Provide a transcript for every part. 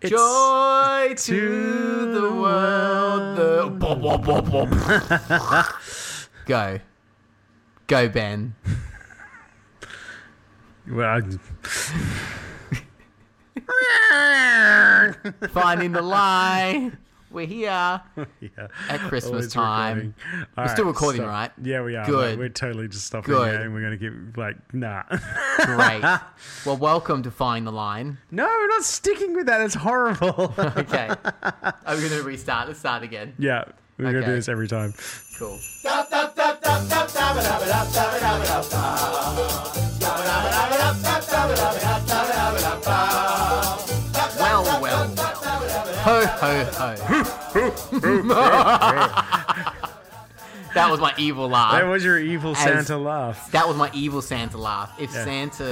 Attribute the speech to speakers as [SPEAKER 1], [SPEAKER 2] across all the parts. [SPEAKER 1] It's-
[SPEAKER 2] Joy to the world. The bop, bop, bop, bop. go, go, Ben.
[SPEAKER 1] Well,
[SPEAKER 2] Finding the lie. We're here
[SPEAKER 1] yeah.
[SPEAKER 2] at
[SPEAKER 1] Oh,
[SPEAKER 2] Christmas
[SPEAKER 1] it's
[SPEAKER 2] time.
[SPEAKER 1] recording. All
[SPEAKER 2] We're still
[SPEAKER 1] right,
[SPEAKER 2] recording,
[SPEAKER 1] stop.
[SPEAKER 2] right?
[SPEAKER 1] Yeah, we are. mate.
[SPEAKER 2] Good.
[SPEAKER 1] We're totally just stopping
[SPEAKER 2] Good.
[SPEAKER 1] it and we're going to keep, like, nah.
[SPEAKER 2] Great. Well, welcome to Find the Line.
[SPEAKER 1] no, we're not sticking with that. It's horrible.
[SPEAKER 2] Okay. I'm going to restart. Let's start again.
[SPEAKER 1] yeah, we're going to
[SPEAKER 2] Okay.
[SPEAKER 1] do this every time.
[SPEAKER 2] Cool. Well, well, well. Ho, ho, ho. that was my evil
[SPEAKER 1] That
[SPEAKER 2] laugh.
[SPEAKER 1] was your evil
[SPEAKER 2] as-
[SPEAKER 1] Santa laugh.
[SPEAKER 2] That was my evil Santa laugh. If Santa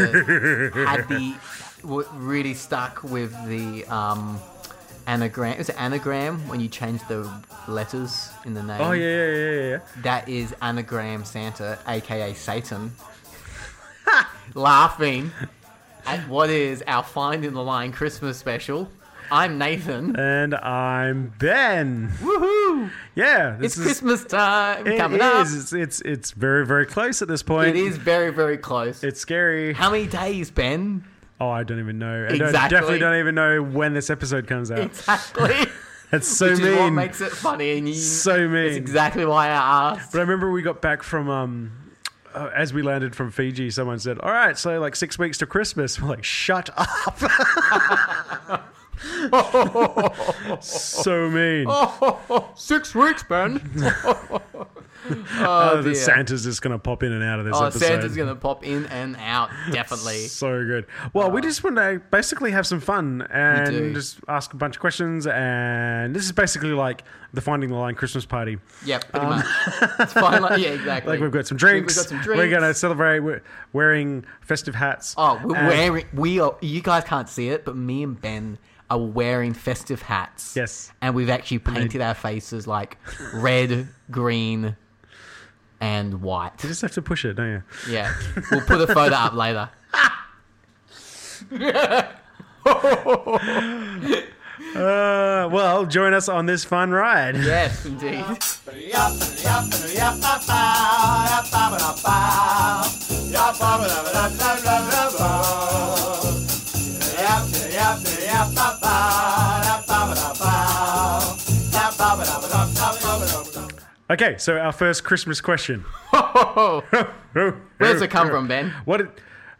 [SPEAKER 2] had the w- really stuck with the um, anagram, is it anagram when you change the letters in the name?
[SPEAKER 1] Oh, yeah, yeah, yeah, yeah, yeah.
[SPEAKER 2] That is anagram Santa, aka Satan, laughing at what is our Find in the Line Christmas special. I'm Nathan.
[SPEAKER 1] And I'm Ben.
[SPEAKER 2] Woohoo!
[SPEAKER 1] Yeah,
[SPEAKER 2] It's
[SPEAKER 1] this is.
[SPEAKER 2] Christmas time
[SPEAKER 1] It
[SPEAKER 2] coming
[SPEAKER 1] is. It's, it's it's very very close at this
[SPEAKER 2] up.
[SPEAKER 1] point.
[SPEAKER 2] It is very, very close.
[SPEAKER 1] It's scary.
[SPEAKER 2] How many days, Ben?
[SPEAKER 1] Oh, I don't even know. I don't,
[SPEAKER 2] Exactly.
[SPEAKER 1] definitely don't even know when this episode comes out.
[SPEAKER 2] Exactly.
[SPEAKER 1] That's so
[SPEAKER 2] Which
[SPEAKER 1] mean.
[SPEAKER 2] is what makes it funny. And you,
[SPEAKER 1] so mean.
[SPEAKER 2] That's exactly why I asked.
[SPEAKER 1] But I remember we got back from um, uh, as we landed from Fiji. Someone said, "All right, so like six weeks to Christmas." We're like, "Shut up!" so mean. Oh,
[SPEAKER 2] Six weeks, Ben. Oh,
[SPEAKER 1] the
[SPEAKER 2] dear.
[SPEAKER 1] Oh, Santa's just gonna pop in and out of this
[SPEAKER 2] Oh,
[SPEAKER 1] episode.
[SPEAKER 2] Santa's going to pop in and out, definitely.
[SPEAKER 1] So good. Well, we just want to basically have some fun
[SPEAKER 2] Oh. do.
[SPEAKER 1] and just ask a bunch of questions. And this is basically like the Finding the Line Christmas party.
[SPEAKER 2] Yeah, pretty much. It's fine. Like, yeah, exactly.
[SPEAKER 1] Um, Like we've got some
[SPEAKER 2] We've
[SPEAKER 1] drinks.
[SPEAKER 2] got some
[SPEAKER 1] We're
[SPEAKER 2] drinks.
[SPEAKER 1] gonna celebrate. We're wearing festive hats.
[SPEAKER 2] Oh, we're
[SPEAKER 1] And-
[SPEAKER 2] wearing. We are. You guys can't see it, but me and Ben are wearing festive hats.
[SPEAKER 1] Yes.
[SPEAKER 2] And we've actually painted our faces like red, green, and white.
[SPEAKER 1] You just have to push it, don't you?
[SPEAKER 2] Yeah. We'll put a photo up later.
[SPEAKER 1] Uh, well, join us on this fun ride.
[SPEAKER 2] Yes, indeed.
[SPEAKER 1] Okay, so our first Christmas question.
[SPEAKER 2] Oh, where's it come from, Ben?
[SPEAKER 1] What? It,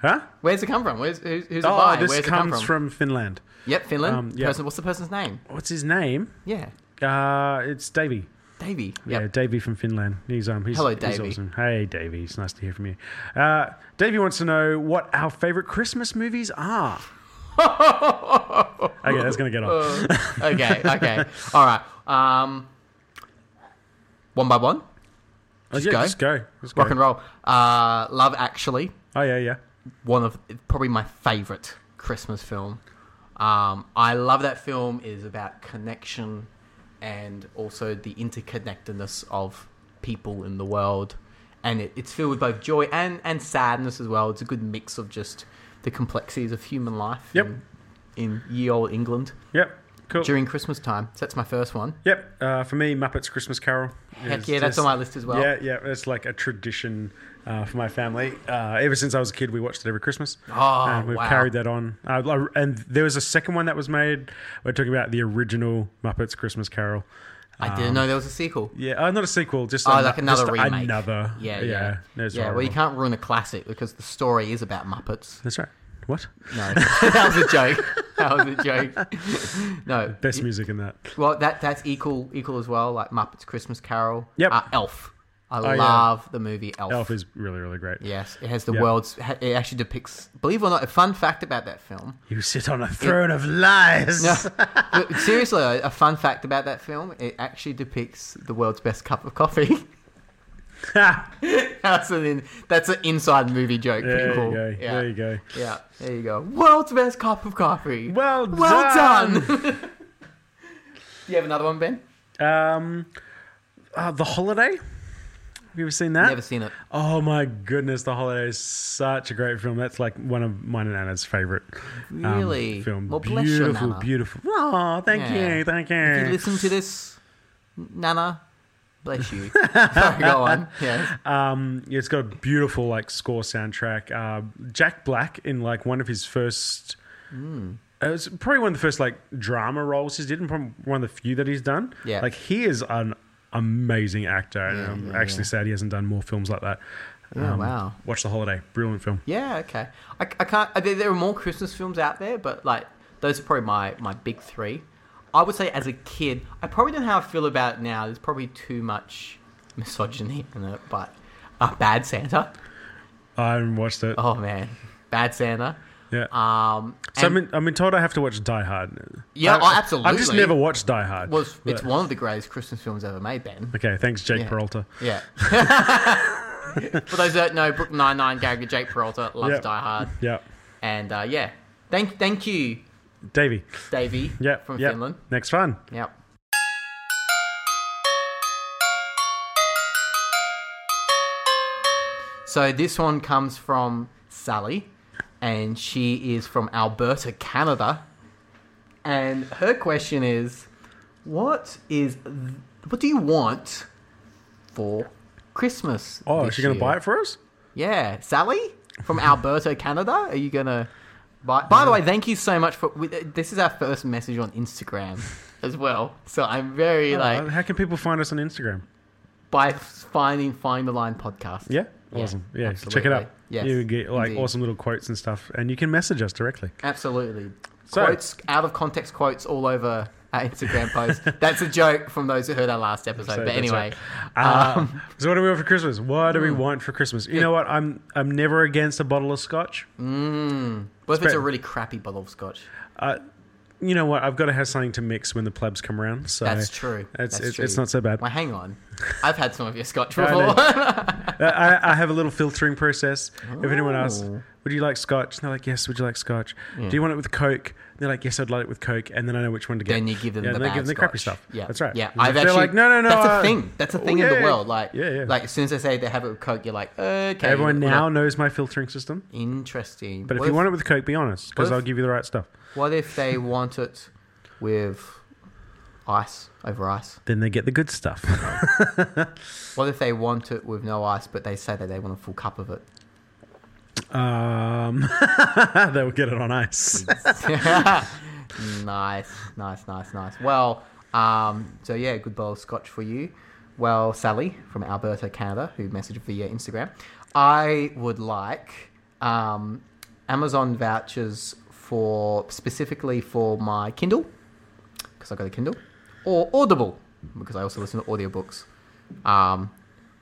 [SPEAKER 1] huh?
[SPEAKER 2] Where's it come from? Where's who's, who's it
[SPEAKER 1] Oh,
[SPEAKER 2] by?
[SPEAKER 1] this
[SPEAKER 2] Where's it come
[SPEAKER 1] comes
[SPEAKER 2] from?
[SPEAKER 1] from Finland.
[SPEAKER 2] Yep, Finland.
[SPEAKER 1] um, yeah.
[SPEAKER 2] Person, what's the person's name?
[SPEAKER 1] What's his name?
[SPEAKER 2] Yeah,
[SPEAKER 1] Uh, it's Davey.
[SPEAKER 2] Davey.
[SPEAKER 1] Yeah,
[SPEAKER 2] Yep.
[SPEAKER 1] Davey from Finland. He's um, he's,
[SPEAKER 2] Hello,
[SPEAKER 1] he's
[SPEAKER 2] Davey.
[SPEAKER 1] awesome. Hey, Davey. It's nice to hear from you. Uh, Davey wants to know what our favorite Christmas movies are. okay, that's gonna get
[SPEAKER 2] Uh,
[SPEAKER 1] on.
[SPEAKER 2] okay. Okay. All right. Um, one by one.
[SPEAKER 1] Oh, yeah,
[SPEAKER 2] go.
[SPEAKER 1] Just go. Just go.
[SPEAKER 2] Rock and roll. Uh, Love Actually.
[SPEAKER 1] Oh yeah, yeah.
[SPEAKER 2] one of probably my favorite Christmas film. Um, I love that film. It is about connection and also the interconnectedness of people in the world, and it, it's filled with both joy and and sadness as well. It's a good mix of just the complexities of human life.
[SPEAKER 1] Yep.
[SPEAKER 2] In, in ye old England
[SPEAKER 1] Yep. Cool.
[SPEAKER 2] during Christmas time. So that's my first one.
[SPEAKER 1] Yep. Uh, for me, Muppets Christmas Carol.
[SPEAKER 2] Heck
[SPEAKER 1] is
[SPEAKER 2] yeah, that's
[SPEAKER 1] just-
[SPEAKER 2] on my list as well.
[SPEAKER 1] Yeah, yeah. It's like a tradition uh, for my family. Uh, ever since I was a kid, we watched it every Christmas.
[SPEAKER 2] Oh,
[SPEAKER 1] and we've
[SPEAKER 2] wow.
[SPEAKER 1] carried that on. Uh, I- and there was a second one that was made. We're talking about the original Muppets Christmas Carol.
[SPEAKER 2] I didn't know there was a sequel.
[SPEAKER 1] Yeah, uh, not a sequel, just
[SPEAKER 2] Oh,
[SPEAKER 1] a-
[SPEAKER 2] like another
[SPEAKER 1] Um, just
[SPEAKER 2] remake.
[SPEAKER 1] Another,
[SPEAKER 2] Yeah,
[SPEAKER 1] yeah.
[SPEAKER 2] yeah,
[SPEAKER 1] It was
[SPEAKER 2] yeah well, you
[SPEAKER 1] horrible.
[SPEAKER 2] can't ruin a classic because the story is about Muppets.
[SPEAKER 1] That's right. What
[SPEAKER 2] No, that was a joke. That was a joke. No,
[SPEAKER 1] best music in that?
[SPEAKER 2] well, that that's equal equal as well. Like Muppets Christmas Carol.
[SPEAKER 1] Yep. Oh,
[SPEAKER 2] Uh, Elf. I
[SPEAKER 1] yeah.
[SPEAKER 2] love the movie Elf.
[SPEAKER 1] Elf is really, really great.
[SPEAKER 2] Yes, it has the
[SPEAKER 1] Yep.
[SPEAKER 2] world's. ha- It actually depicts. Believe it or not, a fun fact about that film.
[SPEAKER 1] You sit on a throne of lies.
[SPEAKER 2] No, but seriously, a a fun fact about that film. It actually depicts the world's best cup of coffee. that's an in, that's an inside movie joke,
[SPEAKER 1] there
[SPEAKER 2] people.
[SPEAKER 1] you go.
[SPEAKER 2] Yeah.
[SPEAKER 1] There you go.
[SPEAKER 2] Yeah, there you go. World's best cup of coffee.
[SPEAKER 1] Well
[SPEAKER 2] well
[SPEAKER 1] done.
[SPEAKER 2] done. Do you have another one, Ben?
[SPEAKER 1] Um, uh, the holiday. Have you ever seen that?
[SPEAKER 2] Never seen it.
[SPEAKER 1] Oh my goodness, The Holiday is such a great film. That's like one of mine and Anna's favorite um,
[SPEAKER 2] Really?
[SPEAKER 1] film.
[SPEAKER 2] Well, bless you,
[SPEAKER 1] beautiful,
[SPEAKER 2] Nana.
[SPEAKER 1] beautiful. Oh, thank
[SPEAKER 2] Yeah.
[SPEAKER 1] you, thank
[SPEAKER 2] If you
[SPEAKER 1] you.
[SPEAKER 2] listen to this, Nana, bless you. Sorry, go on. Yeah.
[SPEAKER 1] Um, yeah, it's got a beautiful like score soundtrack. Uh, Jack Black in like one of his first.
[SPEAKER 2] Hmm.
[SPEAKER 1] It was probably one of the first like drama roles he's did, and probably one of the few that he's done.
[SPEAKER 2] Yeah.
[SPEAKER 1] like he is an amazing actor, and I'm
[SPEAKER 2] yeah,
[SPEAKER 1] actually
[SPEAKER 2] yeah.
[SPEAKER 1] sad he hasn't done more films like that. Um,
[SPEAKER 2] Yeah, wow.
[SPEAKER 1] Watch The Holiday, brilliant film.
[SPEAKER 2] Yeah, okay. I, I can't. I, there are more Christmas films out there, but like those are probably my my big three. I would say as a kid, I probably don't know how I feel about it now. There's probably too much misogyny in it, but uh, Bad Santa.
[SPEAKER 1] I haven't watched it.
[SPEAKER 2] Oh man, Bad Santa.
[SPEAKER 1] yeah.
[SPEAKER 2] Um,
[SPEAKER 1] So
[SPEAKER 2] and
[SPEAKER 1] I've been, I've been told I have to watch Die Hard.
[SPEAKER 2] Yeah,
[SPEAKER 1] I-
[SPEAKER 2] oh, absolutely.
[SPEAKER 1] I've just never watched Die Hard.
[SPEAKER 2] was it's
[SPEAKER 1] But-
[SPEAKER 2] one of the greatest Christmas films ever made, Ben.
[SPEAKER 1] okay, thanks, Jake
[SPEAKER 2] Yeah.
[SPEAKER 1] Peralta.
[SPEAKER 2] Yeah. For those that know, Brook Nine Nine character Jake Peralta loves
[SPEAKER 1] Yep.
[SPEAKER 2] Die Hard,
[SPEAKER 1] Yeah,
[SPEAKER 2] and uh, yeah, thank thank you,
[SPEAKER 1] Davey.
[SPEAKER 2] Davey.
[SPEAKER 1] Yeah,
[SPEAKER 2] from
[SPEAKER 1] yeah.
[SPEAKER 2] Finland.
[SPEAKER 1] Next one.
[SPEAKER 2] Yep. So this one comes from Sally, and she is from Alberta, Canada. And her question is, what is, th- what do you want for Christmas?
[SPEAKER 1] Oh, is she going to buy it for us?
[SPEAKER 2] Yeah, Sally from Alberta, Canada. Are you gonna? Buy- By the way, thank you so much for. we- This is our first message on Instagram as well, so I'm very
[SPEAKER 1] Uh,
[SPEAKER 2] like
[SPEAKER 1] how can people find us on Instagram?
[SPEAKER 2] by finding Find the Line podcast.
[SPEAKER 1] Yeah,
[SPEAKER 2] Yeah,
[SPEAKER 1] awesome. Yeah, check it out.
[SPEAKER 2] absolutely. Yes,
[SPEAKER 1] you get like
[SPEAKER 2] indeed.
[SPEAKER 1] awesome little quotes and stuff, and you can message us directly.
[SPEAKER 2] absolutely.
[SPEAKER 1] So-
[SPEAKER 2] quotes out of context quotes all over our Instagram post. That's a joke from those who heard our last episode.
[SPEAKER 1] So
[SPEAKER 2] but
[SPEAKER 1] that's
[SPEAKER 2] anyway,
[SPEAKER 1] right. Uh, so what do we want for Christmas? What do we want for Christmas? You know what? I'm I'm never against a bottle of scotch.
[SPEAKER 2] Mm. what if it's a
[SPEAKER 1] Spe-
[SPEAKER 2] really crappy bottle of scotch?
[SPEAKER 1] Uh, You know what? I've got to have something to mix when the plebs come around. So
[SPEAKER 2] That's true.
[SPEAKER 1] It's
[SPEAKER 2] That's
[SPEAKER 1] it's,
[SPEAKER 2] true.
[SPEAKER 1] it's not so bad.
[SPEAKER 2] Well, hang on. I've had some of your scotch
[SPEAKER 1] I
[SPEAKER 2] before.
[SPEAKER 1] Uh, I, I have a little filtering process. If anyone asks,
[SPEAKER 2] Oh.
[SPEAKER 1] would you like scotch? And they're like, yes, would you like scotch? Do you want it with Coke? And they're like, yes, I'd like it with Coke. And then I know which one to get.
[SPEAKER 2] then you give them
[SPEAKER 1] yeah,
[SPEAKER 2] the
[SPEAKER 1] and they
[SPEAKER 2] bad
[SPEAKER 1] give them the
[SPEAKER 2] scotch.
[SPEAKER 1] crappy stuff.
[SPEAKER 2] Yeah,
[SPEAKER 1] That's right.
[SPEAKER 2] Yeah,
[SPEAKER 1] And
[SPEAKER 2] I've
[SPEAKER 1] they're
[SPEAKER 2] actually
[SPEAKER 1] like, no, no, no.
[SPEAKER 2] That's
[SPEAKER 1] uh,
[SPEAKER 2] a thing. That's a
[SPEAKER 1] oh,
[SPEAKER 2] thing in
[SPEAKER 1] yeah,
[SPEAKER 2] the world. Like,
[SPEAKER 1] yeah, yeah.
[SPEAKER 2] like as soon as they say they have it with Coke, you're like, okay.
[SPEAKER 1] Everyone
[SPEAKER 2] we're
[SPEAKER 1] now
[SPEAKER 2] not-
[SPEAKER 1] knows my filtering system.
[SPEAKER 2] interesting.
[SPEAKER 1] But
[SPEAKER 2] what
[SPEAKER 1] if you want it with Coke, be honest, because
[SPEAKER 2] what
[SPEAKER 1] I'll
[SPEAKER 2] if-
[SPEAKER 1] give you the right stuff.
[SPEAKER 2] what if they want it with ice over ice?
[SPEAKER 1] Then they get the good stuff.
[SPEAKER 2] What if they want it with no ice, but they say that they want a full cup of it?
[SPEAKER 1] um, they will get it on ice.
[SPEAKER 2] nice, nice, nice, nice. Well, um, so yeah, good bowl of scotch for you. Well, Sally from Alberta, Canada, who messaged via Instagram, I would like um, Amazon vouchers for specifically for my Kindle because I got a Kindle or Audible because I also listen to audiobooks. Um,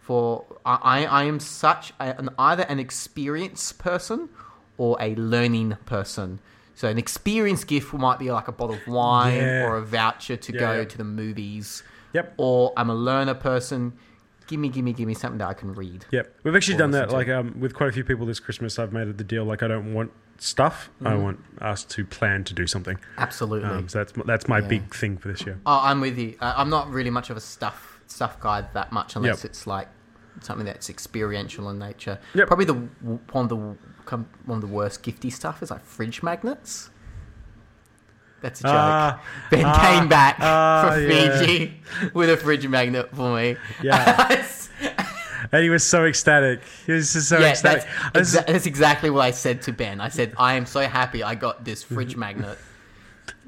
[SPEAKER 2] for I, I I am such a, an either an experienced person or a learning person. So an experience gift might be like a bottle of wine
[SPEAKER 1] Yeah.
[SPEAKER 2] or a voucher to
[SPEAKER 1] Yeah,
[SPEAKER 2] go
[SPEAKER 1] yeah.
[SPEAKER 2] to the movies.
[SPEAKER 1] Yep.
[SPEAKER 2] Or I'm a learner person. Give me, give me, give me something that I can read.
[SPEAKER 1] Yep, we've actually
[SPEAKER 2] Or
[SPEAKER 1] done that.
[SPEAKER 2] listen
[SPEAKER 1] Like
[SPEAKER 2] to.
[SPEAKER 1] um, with quite a few people this Christmas, I've made it the deal. Like I don't want stuff. I want us to plan to do something.
[SPEAKER 2] Absolutely.
[SPEAKER 1] Um, so that's that's my
[SPEAKER 2] Yeah.
[SPEAKER 1] big thing for this year.
[SPEAKER 2] Oh, I'm with you. Uh, I'm not really much of a stuff stuff guy that much, unless
[SPEAKER 1] Yep.
[SPEAKER 2] it's like something that's experiential in nature.
[SPEAKER 1] Yep.
[SPEAKER 2] Probably the w- one of the com- one of the worst gifty stuff is like fridge magnets. That's a joke.
[SPEAKER 1] Ah,
[SPEAKER 2] ben
[SPEAKER 1] ah,
[SPEAKER 2] came back
[SPEAKER 1] ah,
[SPEAKER 2] from
[SPEAKER 1] yeah.
[SPEAKER 2] Fiji with a fridge magnet for me.
[SPEAKER 1] Yeah.
[SPEAKER 2] Yes.
[SPEAKER 1] And he was so ecstatic. He was just so
[SPEAKER 2] Yeah,
[SPEAKER 1] ecstatic.
[SPEAKER 2] that's,
[SPEAKER 1] I was-
[SPEAKER 2] exa- that's exactly what I said to Ben. I said, "I am so happy I got this fridge magnet."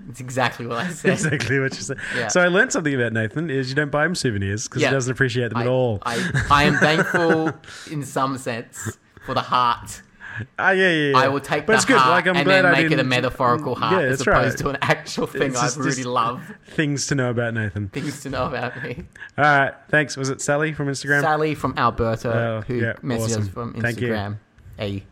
[SPEAKER 2] It's exactly what I said.
[SPEAKER 1] exactly what you said.
[SPEAKER 2] Yeah.
[SPEAKER 1] So I learned something about Nathan is you don't buy him souvenirs because
[SPEAKER 2] Yeah.
[SPEAKER 1] he doesn't appreciate them
[SPEAKER 2] I,
[SPEAKER 1] at all.
[SPEAKER 2] I, I am thankful in some sense for the heart.
[SPEAKER 1] Ah, yeah, yeah, yeah.
[SPEAKER 2] I will take
[SPEAKER 1] but
[SPEAKER 2] the
[SPEAKER 1] it's good.
[SPEAKER 2] heart
[SPEAKER 1] Like, I'm
[SPEAKER 2] and
[SPEAKER 1] glad
[SPEAKER 2] then
[SPEAKER 1] I
[SPEAKER 2] make it a
[SPEAKER 1] didn't-
[SPEAKER 2] metaphorical heart
[SPEAKER 1] Yeah,
[SPEAKER 2] as
[SPEAKER 1] that's
[SPEAKER 2] opposed
[SPEAKER 1] right.
[SPEAKER 2] to an actual thing
[SPEAKER 1] It's
[SPEAKER 2] I
[SPEAKER 1] just-
[SPEAKER 2] really
[SPEAKER 1] just
[SPEAKER 2] love.
[SPEAKER 1] Things to know about Nathan.
[SPEAKER 2] Things to know about me.
[SPEAKER 1] All right, thanks. Was it Sally from Instagram?
[SPEAKER 2] Sally from Alberta,
[SPEAKER 1] Um, Oh,
[SPEAKER 2] who
[SPEAKER 1] yeah,
[SPEAKER 2] messaged us
[SPEAKER 1] awesome.
[SPEAKER 2] from
[SPEAKER 1] Thank you.
[SPEAKER 2] Instagram. A.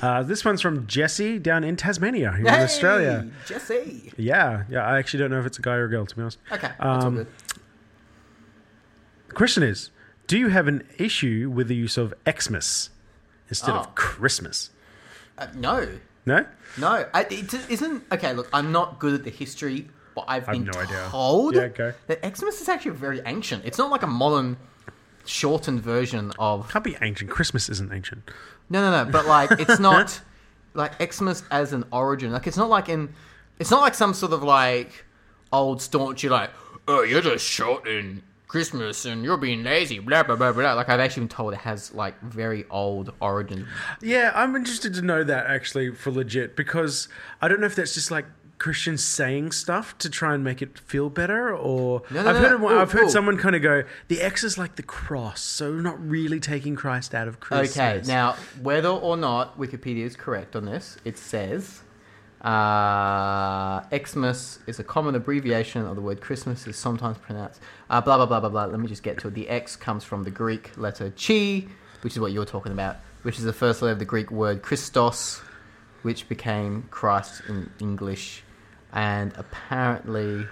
[SPEAKER 1] Uh, this one's from Jesse down in Tasmania, here in Australia.
[SPEAKER 2] Jesse.
[SPEAKER 1] Yeah, yeah. I Um, actually don't know if it's a guy or a girl, to be honest.
[SPEAKER 2] Okay, that's all
[SPEAKER 1] Um,
[SPEAKER 2] good.
[SPEAKER 1] The question is Do you have an issue with the use of Xmas instead
[SPEAKER 2] Oh.
[SPEAKER 1] of Christmas?
[SPEAKER 2] Uh, no,
[SPEAKER 1] No?
[SPEAKER 2] No, I, it just isn't. Okay, look, I'm not good at the history, but I've
[SPEAKER 1] I've
[SPEAKER 2] been
[SPEAKER 1] no idea.
[SPEAKER 2] told
[SPEAKER 1] Yeah, okay.
[SPEAKER 2] that Xmas is actually very ancient. It's not like a modern, shortened version of.
[SPEAKER 1] Can't be ancient. Christmas isn't ancient.
[SPEAKER 2] No, no, no. But like, it's not like Xmas as an origin. Like, it's not like in. It's not like some sort of like old staunch. You're like, oh, you're just shortening Christmas and you're being lazy. Blah blah blah blah. Like, I've actually been told it has like very old origin.
[SPEAKER 1] Yeah, I'm interested to know that actually for legit because I don't know if that's just like Christians saying stuff to try and make it feel better, or
[SPEAKER 2] No, no,
[SPEAKER 1] I've
[SPEAKER 2] no,
[SPEAKER 1] heard
[SPEAKER 2] no.
[SPEAKER 1] one-
[SPEAKER 2] Ooh,
[SPEAKER 1] I've heard
[SPEAKER 2] ooh.
[SPEAKER 1] someone kind of go, "The X is like the cross, so we're not really taking Christ out of Christmas."
[SPEAKER 2] Okay, now whether or not Wikipedia is correct on this, it says uh, Xmas is a common abbreviation of the word Christmas. is sometimes pronounced uh, blah blah blah blah blah. Let me just get to it. The X comes from the Greek letter chi, which is what you're talking about, which is the first letter of the Greek word Christos, which became Christ in English, and apparently.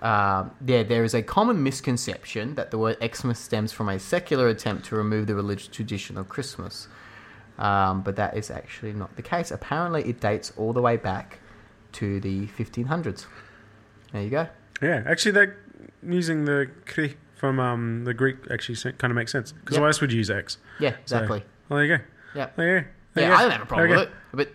[SPEAKER 2] Uh, yeah, there is a common misconception that the word Xmas stems from a secular attempt to remove the religious tradition of Christmas. Um, but that is actually not the case. Apparently, it dates all the way back to the 1500s. There you go.
[SPEAKER 1] yeah, actually, that using the kri from um, the Greek actually kind of makes sense because
[SPEAKER 2] Yeah.
[SPEAKER 1] why else would you use X?
[SPEAKER 2] Yeah,
[SPEAKER 1] So,
[SPEAKER 2] exactly.
[SPEAKER 1] well, there you go.
[SPEAKER 2] Yeah.
[SPEAKER 1] There you go. There
[SPEAKER 2] yeah,
[SPEAKER 1] you go.
[SPEAKER 2] I don't have a problem
[SPEAKER 1] Okay.
[SPEAKER 2] with it. But,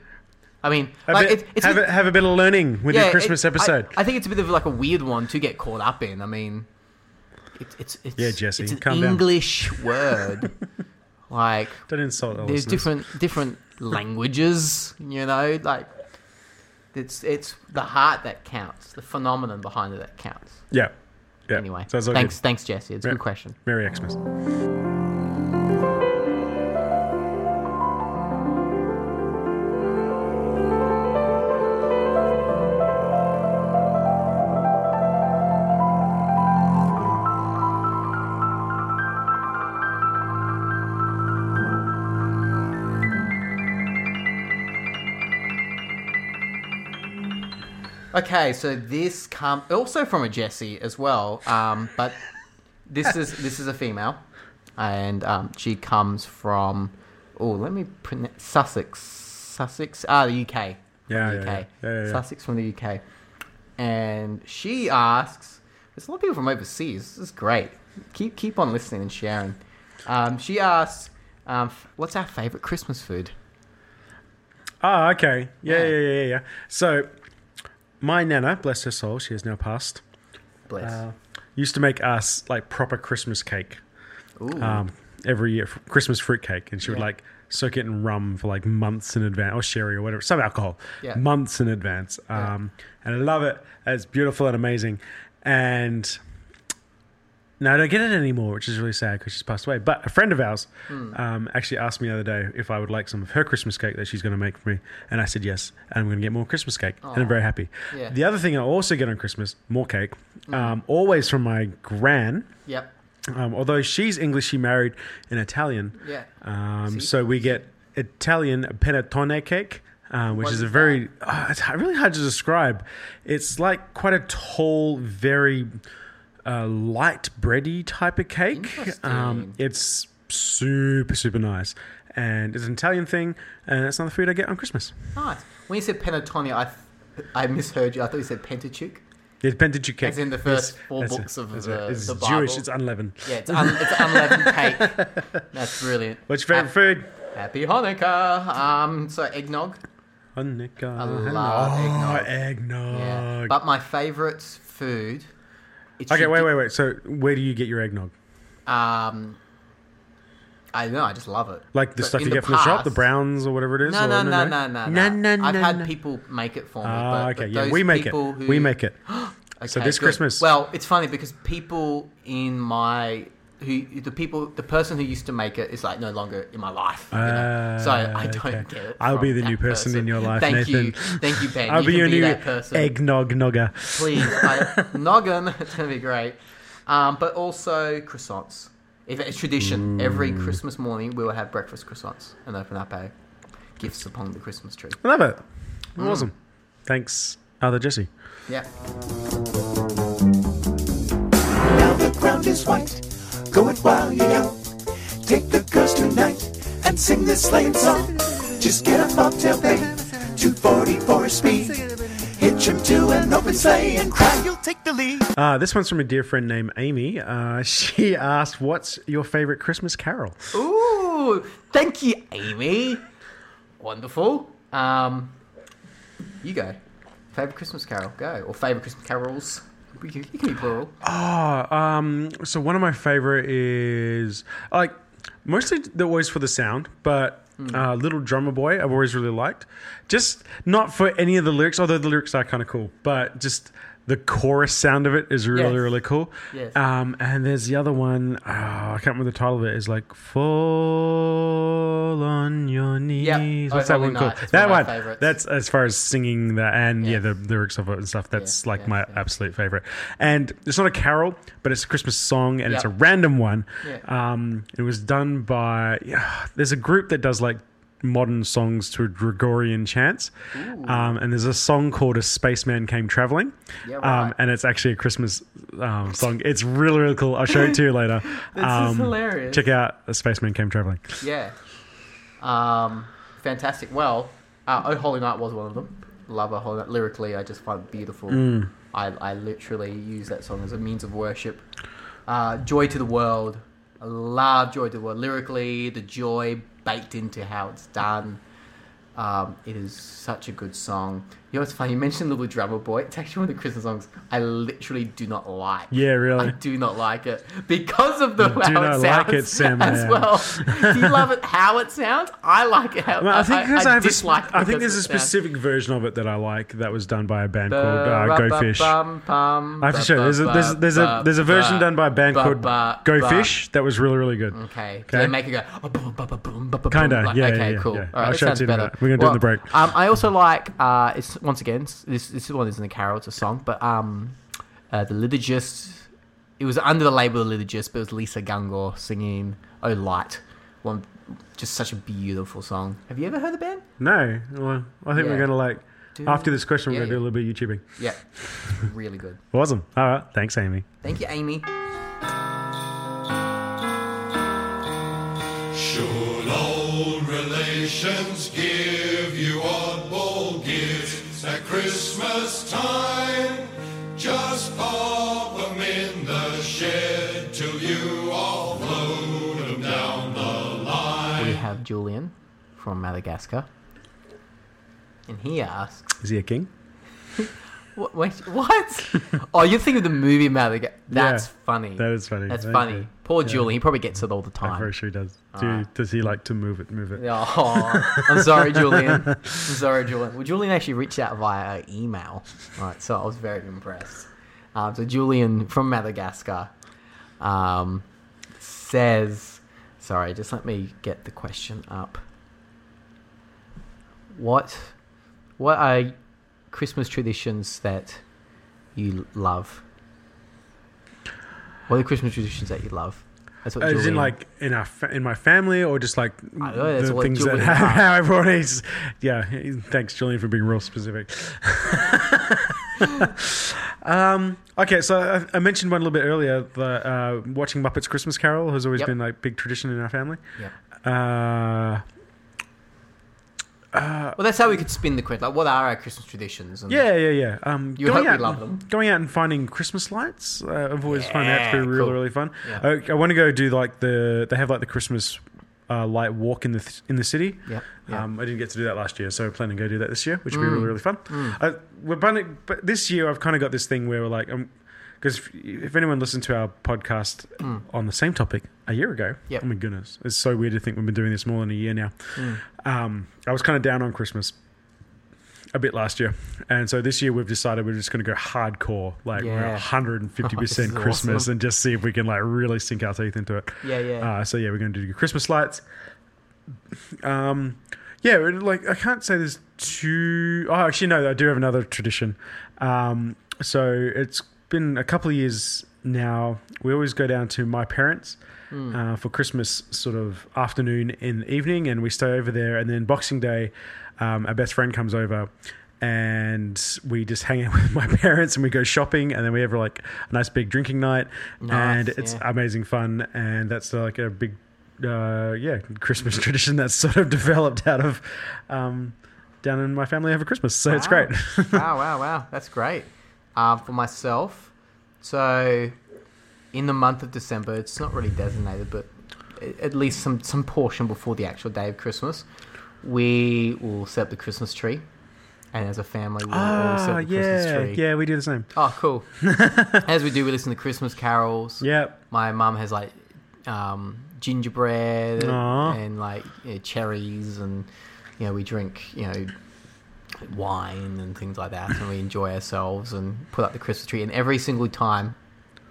[SPEAKER 2] I mean,
[SPEAKER 1] A
[SPEAKER 2] like,
[SPEAKER 1] bit-
[SPEAKER 2] it, it's. a
[SPEAKER 1] have,
[SPEAKER 2] bit-
[SPEAKER 1] a, have a bit of learning with
[SPEAKER 2] yeah,
[SPEAKER 1] your Christmas
[SPEAKER 2] it- I-
[SPEAKER 1] episode.
[SPEAKER 2] I, think it's a bit of like a weird one to get caught up in. I mean, it's it's it's,
[SPEAKER 1] Yeah, Jesse,
[SPEAKER 2] it's an
[SPEAKER 1] calm down.
[SPEAKER 2] English word. like,
[SPEAKER 1] don't insult. our
[SPEAKER 2] there's
[SPEAKER 1] listeners.
[SPEAKER 2] different different languages, you know, like it's it's the heart that counts, the phenomenon behind it that counts.
[SPEAKER 1] Yeah. Yeah.
[SPEAKER 2] Anyway,
[SPEAKER 1] So it's all
[SPEAKER 2] thanks thanks Jesse. It's a
[SPEAKER 1] Yeah.
[SPEAKER 2] good question.
[SPEAKER 1] Good. Merry Xmas.
[SPEAKER 2] Okay, so this come also from a Jesse as well, um, but this is this is a female, and um, she comes from oh let me pronounce Sussex Sussex ah the UK From
[SPEAKER 1] Yeah,
[SPEAKER 2] the
[SPEAKER 1] yeah,
[SPEAKER 2] UK
[SPEAKER 1] yeah. Yeah, yeah, yeah.
[SPEAKER 2] Sussex from the UK, and she asks there's a lot of people from overseas this is great keep keep on listening and sharing um, she asks um, f- what's our favorite Christmas food
[SPEAKER 1] Ah, okay. Yeah,
[SPEAKER 2] Yeah.
[SPEAKER 1] yeah, yeah, yeah, yeah. So, my nana, bless her soul, she has now passed,
[SPEAKER 2] bless
[SPEAKER 1] uh, used to make us like proper Christmas cake
[SPEAKER 2] Ooh.
[SPEAKER 1] um, every year, f- Christmas fruit cake, and she would
[SPEAKER 2] Yeah.
[SPEAKER 1] like soak it in rum for like months in advance, or sherry or whatever, some alcohol,
[SPEAKER 2] Yeah.
[SPEAKER 1] months in advance.
[SPEAKER 2] Yeah.
[SPEAKER 1] Um, And I love it. It's beautiful and amazing. And now I don't get it anymore, which is really sad because she's passed away. But a friend of ours
[SPEAKER 2] Hmm.
[SPEAKER 1] um, actually asked me the other day if I would like some of her Christmas cake that she's going to make for me, and I said yes, and I'm going to get more Christmas cake, and I'm
[SPEAKER 2] Aw.
[SPEAKER 1] very happy.
[SPEAKER 2] Yeah. Hmm.
[SPEAKER 1] The other thing I also get on Christmas, more cake, um, always from my gran.
[SPEAKER 2] yep
[SPEAKER 1] Um, although she's English, she married an Italian.
[SPEAKER 2] yeah
[SPEAKER 1] Um,
[SPEAKER 2] See?
[SPEAKER 1] so we get Italian panettone cake, uh, which
[SPEAKER 2] What
[SPEAKER 1] is,
[SPEAKER 2] is
[SPEAKER 1] a very uh, it's h- really hard to describe. It's like quite a tall, very uh, light bready type of cake. Um,
[SPEAKER 2] Interesting.
[SPEAKER 1] it's super super nice, and it's an Italian thing, and it's another food I get on Christmas.
[SPEAKER 2] Nice. When you said panettone, I, th- I misheard you. I thought you said Pentateuch.
[SPEAKER 1] It's panettone cake.
[SPEAKER 2] As in the first four books of
[SPEAKER 1] that's
[SPEAKER 2] the-
[SPEAKER 1] right. It's
[SPEAKER 2] the
[SPEAKER 1] Jewish.
[SPEAKER 2] Bible.
[SPEAKER 1] It's unleavened.
[SPEAKER 2] Yeah, it's, un- it's unleavened cake. That's brilliant.
[SPEAKER 1] What's your favorite food?
[SPEAKER 2] Ha- Happy Hanukkah. Um, so eggnog.
[SPEAKER 1] Hanukkah.
[SPEAKER 2] I love
[SPEAKER 1] oh,
[SPEAKER 2] eggnog.
[SPEAKER 1] eggnog.
[SPEAKER 2] Yeah. But my favorite food. it
[SPEAKER 1] Okay,
[SPEAKER 2] should
[SPEAKER 1] wait,
[SPEAKER 2] be-
[SPEAKER 1] wait, wait. So, where do you get your eggnog?
[SPEAKER 2] Um, I don't know. I just love it.
[SPEAKER 1] Like the
[SPEAKER 2] But
[SPEAKER 1] stuff
[SPEAKER 2] in
[SPEAKER 1] you get from the shop, the
[SPEAKER 2] past-
[SPEAKER 1] browns or whatever it is?
[SPEAKER 2] No,
[SPEAKER 1] or
[SPEAKER 2] no, no, no, no, no. I've had
[SPEAKER 1] no.
[SPEAKER 2] people make it for me.
[SPEAKER 1] Ah,
[SPEAKER 2] but,
[SPEAKER 1] okay.
[SPEAKER 2] but
[SPEAKER 1] yeah,
[SPEAKER 2] those
[SPEAKER 1] we make it.
[SPEAKER 2] people Who,
[SPEAKER 1] We make it. So
[SPEAKER 2] Okay,
[SPEAKER 1] this Christmas-
[SPEAKER 2] Well, it's funny because people in my who the people the person who used to make it is like no longer in my life. you know?
[SPEAKER 1] Ah,
[SPEAKER 2] so I don't
[SPEAKER 1] okay.
[SPEAKER 2] get it.
[SPEAKER 1] I'll
[SPEAKER 2] from
[SPEAKER 1] be the
[SPEAKER 2] that
[SPEAKER 1] new person in your life,
[SPEAKER 2] Thank you,
[SPEAKER 1] Nathan.
[SPEAKER 2] thank you, Ben.
[SPEAKER 1] I'll
[SPEAKER 2] you
[SPEAKER 1] be
[SPEAKER 2] can
[SPEAKER 1] your
[SPEAKER 2] be
[SPEAKER 1] new
[SPEAKER 2] that person.
[SPEAKER 1] eggnog nogger.
[SPEAKER 2] Please, I, noggin. It's gonna be great. Um, but also croissants. If it's tradition, every
[SPEAKER 1] Mm.
[SPEAKER 2] Christmas morning we will have breakfast croissants and open up our gifts upon the Christmas tree.
[SPEAKER 1] I love it.
[SPEAKER 2] Mm.
[SPEAKER 1] Awesome. Thanks, other Jesse.
[SPEAKER 2] Yeah.
[SPEAKER 3] Now the ground is white. Go it while you're young. Take the girls tonight and sing this sleighing song. Just get a bobtail pig, 244 a speed. Hitch 'em to an open sleigh and cry. You'll take the lead.
[SPEAKER 1] Uh, this one's from a dear friend named Amy. Uh, she asked, What's your favorite Christmas carol?
[SPEAKER 2] Ooh, thank you, Amy. Wonderful. Um, you go. Favorite Christmas Carol, go. Or favorite Christmas carols. You can, you can be plural.
[SPEAKER 1] Oh, um, so one of my favorite is like mostly they're always for the sound, but
[SPEAKER 2] Hmm.
[SPEAKER 1] uh, Little Drummer Boy I've always really liked. Just not for any of the lyrics, although the lyrics are kind of cool, but just the chorus sound of it is really
[SPEAKER 2] Yes.
[SPEAKER 1] really cool.
[SPEAKER 2] Yes.
[SPEAKER 1] Um, and there's the other one. Oh, I can't remember the title of it. Is like fall on your knees. What's that
[SPEAKER 2] Holy
[SPEAKER 1] one called?
[SPEAKER 2] Night. Oh, It's
[SPEAKER 1] that
[SPEAKER 2] one of my
[SPEAKER 1] one.
[SPEAKER 2] favorites.
[SPEAKER 1] That's as far as singing that and yeah,
[SPEAKER 2] Yeah.
[SPEAKER 1] the lyrics of it and stuff. That's
[SPEAKER 2] Yeah,
[SPEAKER 1] like
[SPEAKER 2] yeah,
[SPEAKER 1] my
[SPEAKER 2] yeah.
[SPEAKER 1] absolute favorite. And it's not a carol, but it's a Christmas song, and it's a
[SPEAKER 2] Yep.
[SPEAKER 1] random one.
[SPEAKER 2] Yeah.
[SPEAKER 1] Um, it was done by yeah, there's a group that does like modern songs to Gregorian chants, um, and there's a song called "A Spaceman Came Traveling,"
[SPEAKER 2] Yeah,
[SPEAKER 1] um,
[SPEAKER 2] right.
[SPEAKER 1] and it's actually a Christmas um, song. It's really really cool. I'll show it to you later.
[SPEAKER 2] This
[SPEAKER 1] um,
[SPEAKER 2] is hilarious.
[SPEAKER 1] Check out "A Spaceman Came Traveling."
[SPEAKER 2] Yeah. Um, fantastic. Well, uh, Oh Holy Night was one of them. Love Oh Holy Night. Lyrically, I just find it beautiful.
[SPEAKER 1] Mm.
[SPEAKER 2] I, I literally use that song as a means of worship. Uh, joy to the World. I love Joy to the World. Lyrically, the joy baked into how it's done. Um, it is such a good song. You know what's funny? You mentioned Little Drummer Boy. It's actually one of the Christmas songs I literally do not like.
[SPEAKER 1] Yeah, really.
[SPEAKER 2] I do not like it because of the how
[SPEAKER 1] not
[SPEAKER 2] it
[SPEAKER 1] like
[SPEAKER 2] sounds
[SPEAKER 1] it, Sam
[SPEAKER 2] as
[SPEAKER 1] Mann.
[SPEAKER 2] well. do you love it how it sounds? I like it how
[SPEAKER 1] Well, I think because I, have a, sp-
[SPEAKER 2] dislike it
[SPEAKER 1] I think
[SPEAKER 2] because
[SPEAKER 1] there's a
[SPEAKER 2] it sounds-
[SPEAKER 1] specific version of it that I like that was done by a band called uh, Go
[SPEAKER 2] Ba- ba-
[SPEAKER 1] Fish.
[SPEAKER 2] bum, bum,
[SPEAKER 1] I have to
[SPEAKER 2] ba-
[SPEAKER 1] show you. There's a
[SPEAKER 2] ba-
[SPEAKER 1] there's there's a
[SPEAKER 2] ba-
[SPEAKER 1] there's a version
[SPEAKER 2] ba-
[SPEAKER 1] done by a band
[SPEAKER 2] ba-
[SPEAKER 1] called
[SPEAKER 2] ba-
[SPEAKER 1] Go
[SPEAKER 2] ba- Mm.
[SPEAKER 1] Fish that was really really good.
[SPEAKER 2] Okay.
[SPEAKER 1] Okay.
[SPEAKER 2] So they make it go. "Oh, boom, ba- ba- boom, ba- ba- boom,"
[SPEAKER 1] Kinda,
[SPEAKER 2] like,
[SPEAKER 1] yeah,
[SPEAKER 2] Okay.
[SPEAKER 1] yeah,
[SPEAKER 2] cool.
[SPEAKER 1] yeah.
[SPEAKER 2] All
[SPEAKER 1] I'll
[SPEAKER 2] right.
[SPEAKER 1] show it
[SPEAKER 2] That sounds
[SPEAKER 1] to you in a
[SPEAKER 2] better.
[SPEAKER 1] minute. We're gonna do it in the break.
[SPEAKER 2] Um, I also like. Uh, it's once again. s- This this one isn't a carol. It's a song. But um, uh, the liturgist. It was under the label of the liturgist, but it was Lisa Gungor singing "Oh Light." One, just such a beautiful song. Have you ever heard the band?
[SPEAKER 1] No, well, I think we're
[SPEAKER 2] Yeah.
[SPEAKER 1] gonna like
[SPEAKER 2] Do-
[SPEAKER 1] after this question we're
[SPEAKER 2] Yeah,
[SPEAKER 1] gonna do a little bit of YouTubing.
[SPEAKER 2] Yeah, really good.
[SPEAKER 1] Awesome. All right, thanks, Amy.
[SPEAKER 2] Thank you, Amy.
[SPEAKER 4] Should old relations give you oddball gifts at Christmas time? Just pop 'em in the shed till you offload 'em down the line.
[SPEAKER 2] We have Julian from Madagascar, and he asks.
[SPEAKER 1] Is he a king?
[SPEAKER 2] What? Wait, what? oh, you're thinking of the movie Madagascar. That's
[SPEAKER 1] Yeah,
[SPEAKER 2] funny.
[SPEAKER 1] that is funny.
[SPEAKER 2] That's
[SPEAKER 1] Thank
[SPEAKER 2] funny.
[SPEAKER 1] you.
[SPEAKER 2] Poor Julian. He probably gets it all the
[SPEAKER 1] I'm very
[SPEAKER 2] time.
[SPEAKER 1] sure he does. Do, Does he like to move it? Move it?
[SPEAKER 2] Oh, I'm sorry, Julian. I'm sorry, Julian. Well, Julian actually reached out via email. Right, so I was very impressed. Um, so Julian from Madagascar um, says, "Sorry, just let me get the question up. What, what are Christmas traditions that you love? What are Christmas traditions that you love? That's what
[SPEAKER 1] Uh, Is
[SPEAKER 2] Julian
[SPEAKER 1] in like in our fa- in my family or just like
[SPEAKER 2] I don't know, that's
[SPEAKER 1] the
[SPEAKER 2] what
[SPEAKER 1] things that
[SPEAKER 2] Julian
[SPEAKER 1] have,
[SPEAKER 2] asked.
[SPEAKER 1] how everyone is? Yeah, thanks Julian for being real specific. um, okay, so I, I mentioned one a little bit earlier. The uh, watching Muppets Christmas Carol has always
[SPEAKER 2] Yep.
[SPEAKER 1] been like big tradition in our family.
[SPEAKER 2] Yeah.
[SPEAKER 1] Uh,
[SPEAKER 2] Well, that's how we could spin the question. Like, what are our Christmas traditions? And
[SPEAKER 1] yeah, yeah, yeah. Um,
[SPEAKER 2] You
[SPEAKER 1] going
[SPEAKER 2] hope we
[SPEAKER 1] out
[SPEAKER 2] love
[SPEAKER 1] and-
[SPEAKER 2] them.
[SPEAKER 1] Going out and finding Christmas lights. Uh, I've always found that to
[SPEAKER 2] Yeah,
[SPEAKER 1] be really,
[SPEAKER 2] cool.
[SPEAKER 1] really fun.
[SPEAKER 2] Yeah.
[SPEAKER 1] I, I want to go do like the they have like the Christmas uh, light walk in the th- in the city.
[SPEAKER 2] Yeah, yeah. Mm.
[SPEAKER 1] Um, I didn't get to do that last year, so we're planning to go do that this year, which would be really, really fun. Uh, we're planning, but this year I've kind of got this thing where we're like, because if, if anyone listened to our podcast on the same topic a year ago,
[SPEAKER 2] Mm. Yep.
[SPEAKER 1] oh my goodness, it's so weird to think we've been doing this more than a year now.
[SPEAKER 2] mm.
[SPEAKER 1] Um, I was kind of down on Christmas a bit last year, and so this year we've decided we're just going to go hardcore, like we're
[SPEAKER 2] Yeah. Oh,
[SPEAKER 1] at 150
[SPEAKER 2] This
[SPEAKER 1] percent
[SPEAKER 2] is
[SPEAKER 1] Christmas,
[SPEAKER 2] awesome.
[SPEAKER 1] and just see if we can like really sink our teeth into it.
[SPEAKER 2] Yeah, yeah.
[SPEAKER 1] Uh, so yeah, we're going to do Christmas lights. Um, yeah, we're, like I can't say there's two. Oh, actually, no, I do have another tradition. Um, so it's been a couple of years now. We always go down to my parents
[SPEAKER 2] Hmm.
[SPEAKER 1] uh, for Christmas sort of afternoon and evening, and we stay over there. And then Boxing Day, um, our best friend comes over. and we just hang out with my parents and we go shopping and then we have like a nice big drinking night
[SPEAKER 2] Nice,
[SPEAKER 1] and it's
[SPEAKER 2] yeah.
[SPEAKER 1] amazing fun and that's like a big uh, yeah Christmas tradition that's sort of developed out of um, down in my family over Christmas so it's
[SPEAKER 2] Wow.
[SPEAKER 1] great
[SPEAKER 2] wow, wow, wow. That's great. Um, for myself, so in the month of December, it's not really designated, but a- at least some, some portion before the actual day of Christmas, we will set up the Christmas tree. And as a family, we'll all set
[SPEAKER 1] ah
[SPEAKER 2] up the Christmas
[SPEAKER 1] yeah
[SPEAKER 2] tree.
[SPEAKER 1] yeah we do the same
[SPEAKER 2] Oh, cool. as we do, we listen to Christmas carols.
[SPEAKER 1] yep
[SPEAKER 2] My mum has like um, gingerbread
[SPEAKER 1] Aw.
[SPEAKER 2] and like you know, cherries, and you know we drink you know wine and things like that, and we enjoy ourselves and put up the Christmas tree. And every single time,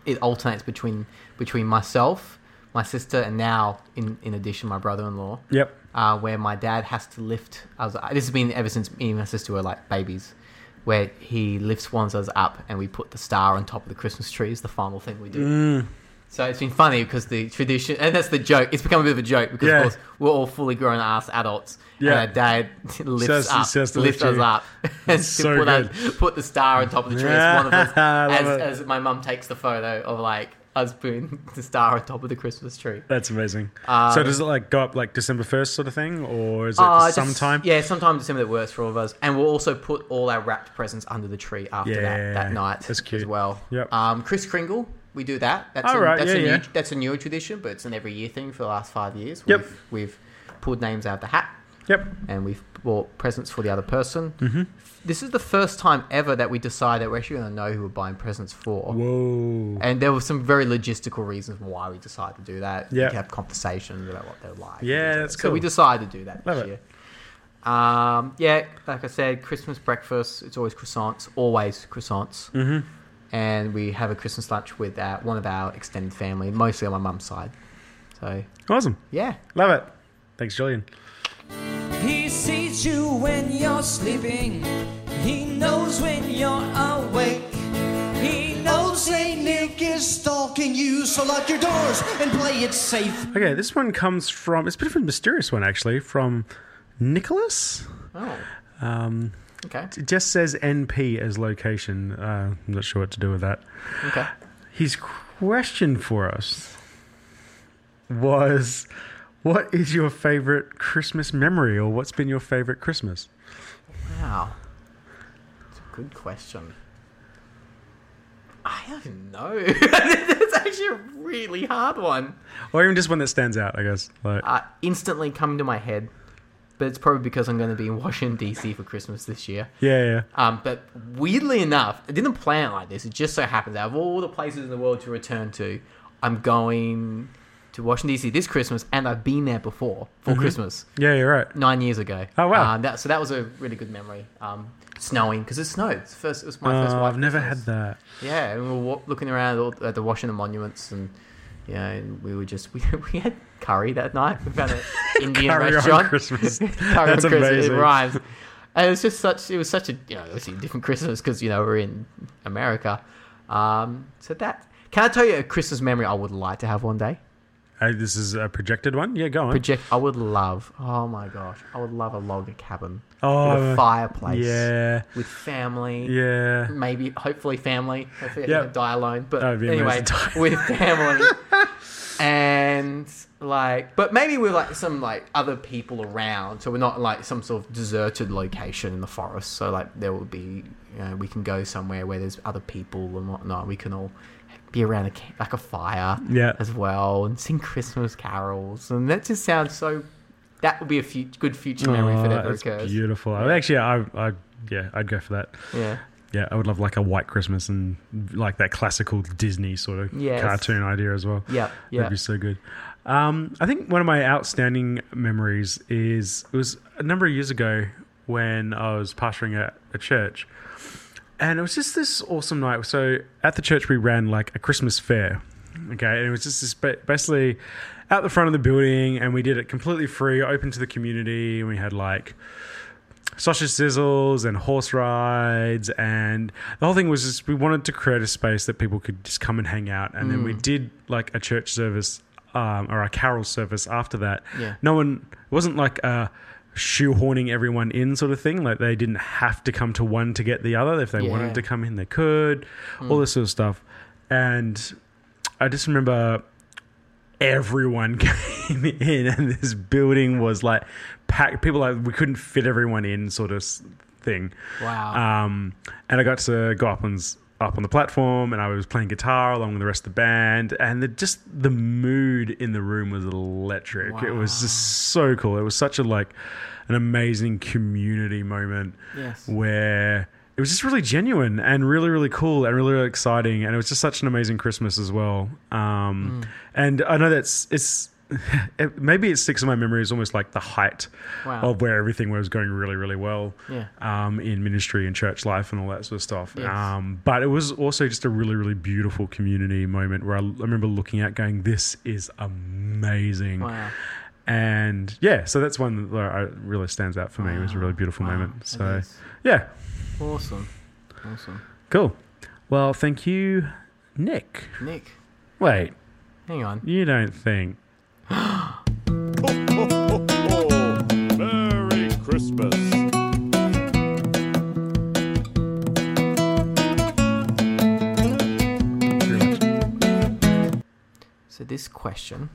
[SPEAKER 2] it alternates between between myself, my sister, and now in in addition my brother-in-law
[SPEAKER 1] yep
[SPEAKER 2] uh, where my dad has to lift us. This has been ever since me and my sister were like babies, where he lifts one of us up and we put the star on top of the Christmas tree is the final thing we do.
[SPEAKER 1] Mm,
[SPEAKER 2] So it's been funny because the tradition, and that's the joke. It's become a bit of a joke because
[SPEAKER 1] Yeah.
[SPEAKER 2] of course we're all fully grown ass adults,
[SPEAKER 1] Yeah.
[SPEAKER 2] and our dad lifts
[SPEAKER 1] Says-
[SPEAKER 2] up,
[SPEAKER 1] says to
[SPEAKER 2] lifts
[SPEAKER 1] lift
[SPEAKER 2] us
[SPEAKER 1] you.
[SPEAKER 2] up, and to
[SPEAKER 1] so
[SPEAKER 2] put, us, put the star on top of the tree. as one of us,
[SPEAKER 1] I love it.
[SPEAKER 2] as, as my mum takes the photo of like us putting the star on top of the Christmas tree.
[SPEAKER 1] that's amazing so does it like go up like December 1st sort of thing or is it
[SPEAKER 2] Uh, just-
[SPEAKER 1] sometime
[SPEAKER 2] Yeah, sometime December that works for all of us. And we'll also put all our wrapped presents under the tree after that,
[SPEAKER 1] Yeah,
[SPEAKER 2] that night
[SPEAKER 1] that's cute.
[SPEAKER 2] as well.
[SPEAKER 1] Yep.
[SPEAKER 2] Um, Chris Kringle, we do that. That's,
[SPEAKER 1] All
[SPEAKER 2] a,
[SPEAKER 1] right,
[SPEAKER 2] that's,
[SPEAKER 1] yeah,
[SPEAKER 2] a new,
[SPEAKER 1] yeah.
[SPEAKER 2] that's a newer tradition, but it's an every year thing for the last five years.
[SPEAKER 1] Yep.
[SPEAKER 2] We've, we've pulled names out of the hat
[SPEAKER 1] yep
[SPEAKER 2] and we've bought presents for the other person. Mm-hmm. This is the first time ever that we decide that we're actually going to know who we're buying presents for.
[SPEAKER 1] whoa
[SPEAKER 2] And there were some very logistical reasons why we decided to do that. We
[SPEAKER 1] Yeah.
[SPEAKER 2] could have conversations about what they're like. and
[SPEAKER 1] Yeah,
[SPEAKER 2] things like
[SPEAKER 1] that's
[SPEAKER 2] that. So we
[SPEAKER 1] cool.
[SPEAKER 2] decided to do that
[SPEAKER 1] Love
[SPEAKER 2] this
[SPEAKER 1] it.
[SPEAKER 2] year. Um, yeah, like I said, Christmas breakfast. It's always croissants, always croissants. Mm-hmm. And we have a Christmas lunch with our, one of our extended family, mostly on my mum's side. So
[SPEAKER 1] awesome
[SPEAKER 2] yeah,
[SPEAKER 1] love it thanks Julian
[SPEAKER 5] He sees you when you're sleeping. He knows when you're awake. He knows
[SPEAKER 3] St. Nick is stalking you, so lock your doors and play it safe.
[SPEAKER 1] Okay, this one comes from it's a bit of a mysterious one actually from Nicholas.
[SPEAKER 2] oh, um, okay,
[SPEAKER 1] It just says NP as location. Uh, I'm not sure what to do with that.
[SPEAKER 2] okay.
[SPEAKER 1] His question for us was, "What is your favorite Christmas memory, or what's been your favorite Christmas?"
[SPEAKER 2] Wow. It's a good question. I don't know. That's actually a really hard one.
[SPEAKER 1] Or even just one that stands out, I guess. Like,
[SPEAKER 2] Uh, instantly come to my head, but it's probably because I'm going to be in Washington, D.C. for Christmas this year.
[SPEAKER 1] yeah, yeah,
[SPEAKER 2] Um, but weirdly enough, I didn't plan it like this. It just so happens out of all the places in the world to return to, I'm going to Washington, D.C. this Christmas, and I've been there before for Christmas
[SPEAKER 1] yeah, you're right.
[SPEAKER 2] nine years ago.
[SPEAKER 1] Oh, wow.
[SPEAKER 2] Um, that, so that was a really good memory. Um, snowing because it snowed. It's the first, it was my first.
[SPEAKER 1] Uh,
[SPEAKER 2] white
[SPEAKER 1] I've never had
[SPEAKER 2] Christmas.
[SPEAKER 1] that.
[SPEAKER 2] Yeah, and we were wa- looking around at all- at the Washington monuments, and you know, and we were just we, we had curry that night. We had an Indian
[SPEAKER 1] Curry on
[SPEAKER 2] restaurant.
[SPEAKER 1] Christmas.
[SPEAKER 2] curry
[SPEAKER 1] That's
[SPEAKER 2] on Christmas.
[SPEAKER 1] amazing.
[SPEAKER 2] It rhymes. And it was just such. It was such a you know obviously a different Christmas because you know we're in America. Um, so that can I tell you a Christmas memory I would like to have one day?
[SPEAKER 1] Uh, this is a projected one. Yeah, go on.
[SPEAKER 2] Project. I would love. Oh my gosh, I would love a logger cabin with
[SPEAKER 1] Oh,
[SPEAKER 2] a fireplace.
[SPEAKER 1] yeah,
[SPEAKER 2] With family.
[SPEAKER 1] yeah.
[SPEAKER 2] maybe hopefully family. Hopefully I
[SPEAKER 1] Yep.
[SPEAKER 2] can die alone. But
[SPEAKER 1] That would be
[SPEAKER 2] anyway,
[SPEAKER 1] amazing time.
[SPEAKER 2] with family. and like but maybe with like some like other people around. So we're not like some sort of deserted location in the forest. So like there will be you know, we can go somewhere where there's other people and whatnot. We can all be around a, ca- like a fire
[SPEAKER 1] Yeah.
[SPEAKER 2] as well and sing Christmas carols. And that just sounds so that would be a fu- good future memory if it
[SPEAKER 1] Oh,
[SPEAKER 2] ever
[SPEAKER 1] that's
[SPEAKER 2] occurs.
[SPEAKER 1] beautiful. I- Actually, I, I, yeah, I'd go for that.
[SPEAKER 2] Yeah.
[SPEAKER 1] Yeah, I would love like a white Christmas and like that classical Disney sort of
[SPEAKER 2] Yes.
[SPEAKER 1] cartoon idea as well.
[SPEAKER 2] Yep, yep.
[SPEAKER 1] that'd be so good. Um, I think one of my outstanding memories is it was a number of years ago when I was pastoring at a church, and it was just this awesome night. So at the church, we ran like a Christmas fair. Okay, and it was just this ba- basically out the front of the building, and we did it completely free, open to the community, and we had like sausage sizzles and horse rides and the whole thing was just we wanted to create a space that people could just come and hang out and then we did like a church service um, or a carol service after that
[SPEAKER 2] Yeah.
[SPEAKER 1] no one it wasn't like a shoehorning everyone in sort of thing. Like they didn't have to come to one to get the other. If they
[SPEAKER 2] Yeah.
[SPEAKER 1] wanted to come in, they could. All this sort of stuff. And I just remember everyone came in, and this building was like packed. People like we couldn't fit everyone in, sort of s- thing.
[SPEAKER 2] Wow.
[SPEAKER 1] Um, and I got to go up on up on the platform, and I was playing guitar along with the rest of the band, and the, just the mood in the room was electric. It was just so cool. It was such a like an amazing community moment
[SPEAKER 2] Yes.
[SPEAKER 1] where it was just really genuine and really really cool and really, really exciting, and it was just such an amazing Christmas as well. Um, And I know that's it's. It, maybe it sticks in my memory as almost like the height
[SPEAKER 2] Wow.
[SPEAKER 1] of where everything was going really, really well
[SPEAKER 2] Yeah.
[SPEAKER 1] um, in ministry and church life and all that sort of stuff.
[SPEAKER 2] Yes.
[SPEAKER 1] Um, but it was also just a really, really beautiful community moment where I, I remember looking out going, this is amazing.
[SPEAKER 2] wow.
[SPEAKER 1] And yeah, so that's one that uh, really stands out for me. It was a really beautiful
[SPEAKER 2] Wow.
[SPEAKER 1] moment.
[SPEAKER 2] That
[SPEAKER 1] So
[SPEAKER 2] is
[SPEAKER 1] yeah,
[SPEAKER 2] awesome. Awesome.
[SPEAKER 1] cool. Well, thank you, Nick.
[SPEAKER 2] Nick,
[SPEAKER 1] Wait,
[SPEAKER 2] hang on.
[SPEAKER 1] you don't think.
[SPEAKER 6] Merry Christmas.
[SPEAKER 2] So this question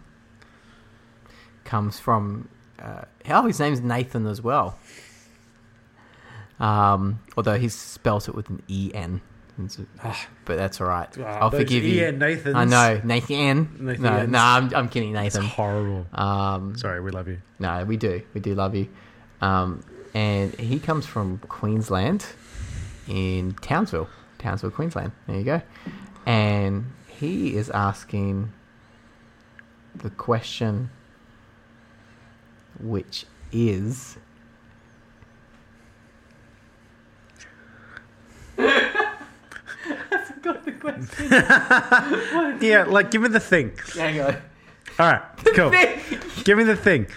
[SPEAKER 2] comes from uh, oh, his name's Nathan as well. Um, although he's spelt it with an E N. But that's all right. I'll
[SPEAKER 1] Ah. those
[SPEAKER 2] forgive you.
[SPEAKER 1] EN Nathans.
[SPEAKER 2] I know Nathan.
[SPEAKER 1] Nathan
[SPEAKER 2] No,
[SPEAKER 1] Ns.
[SPEAKER 2] no, I'm, I'm kidding, Nathan.
[SPEAKER 1] Horrible.
[SPEAKER 2] Um,
[SPEAKER 1] Sorry, we love you.
[SPEAKER 2] no, we do. We do love you. Um, and he comes from Queensland in Townsville, Townsville, Queensland. There you go. And he is asking the question, which is. I forgot the question.
[SPEAKER 1] Yeah, like give me the thing.
[SPEAKER 2] Hang on.
[SPEAKER 1] All right, cool. Give me the thing.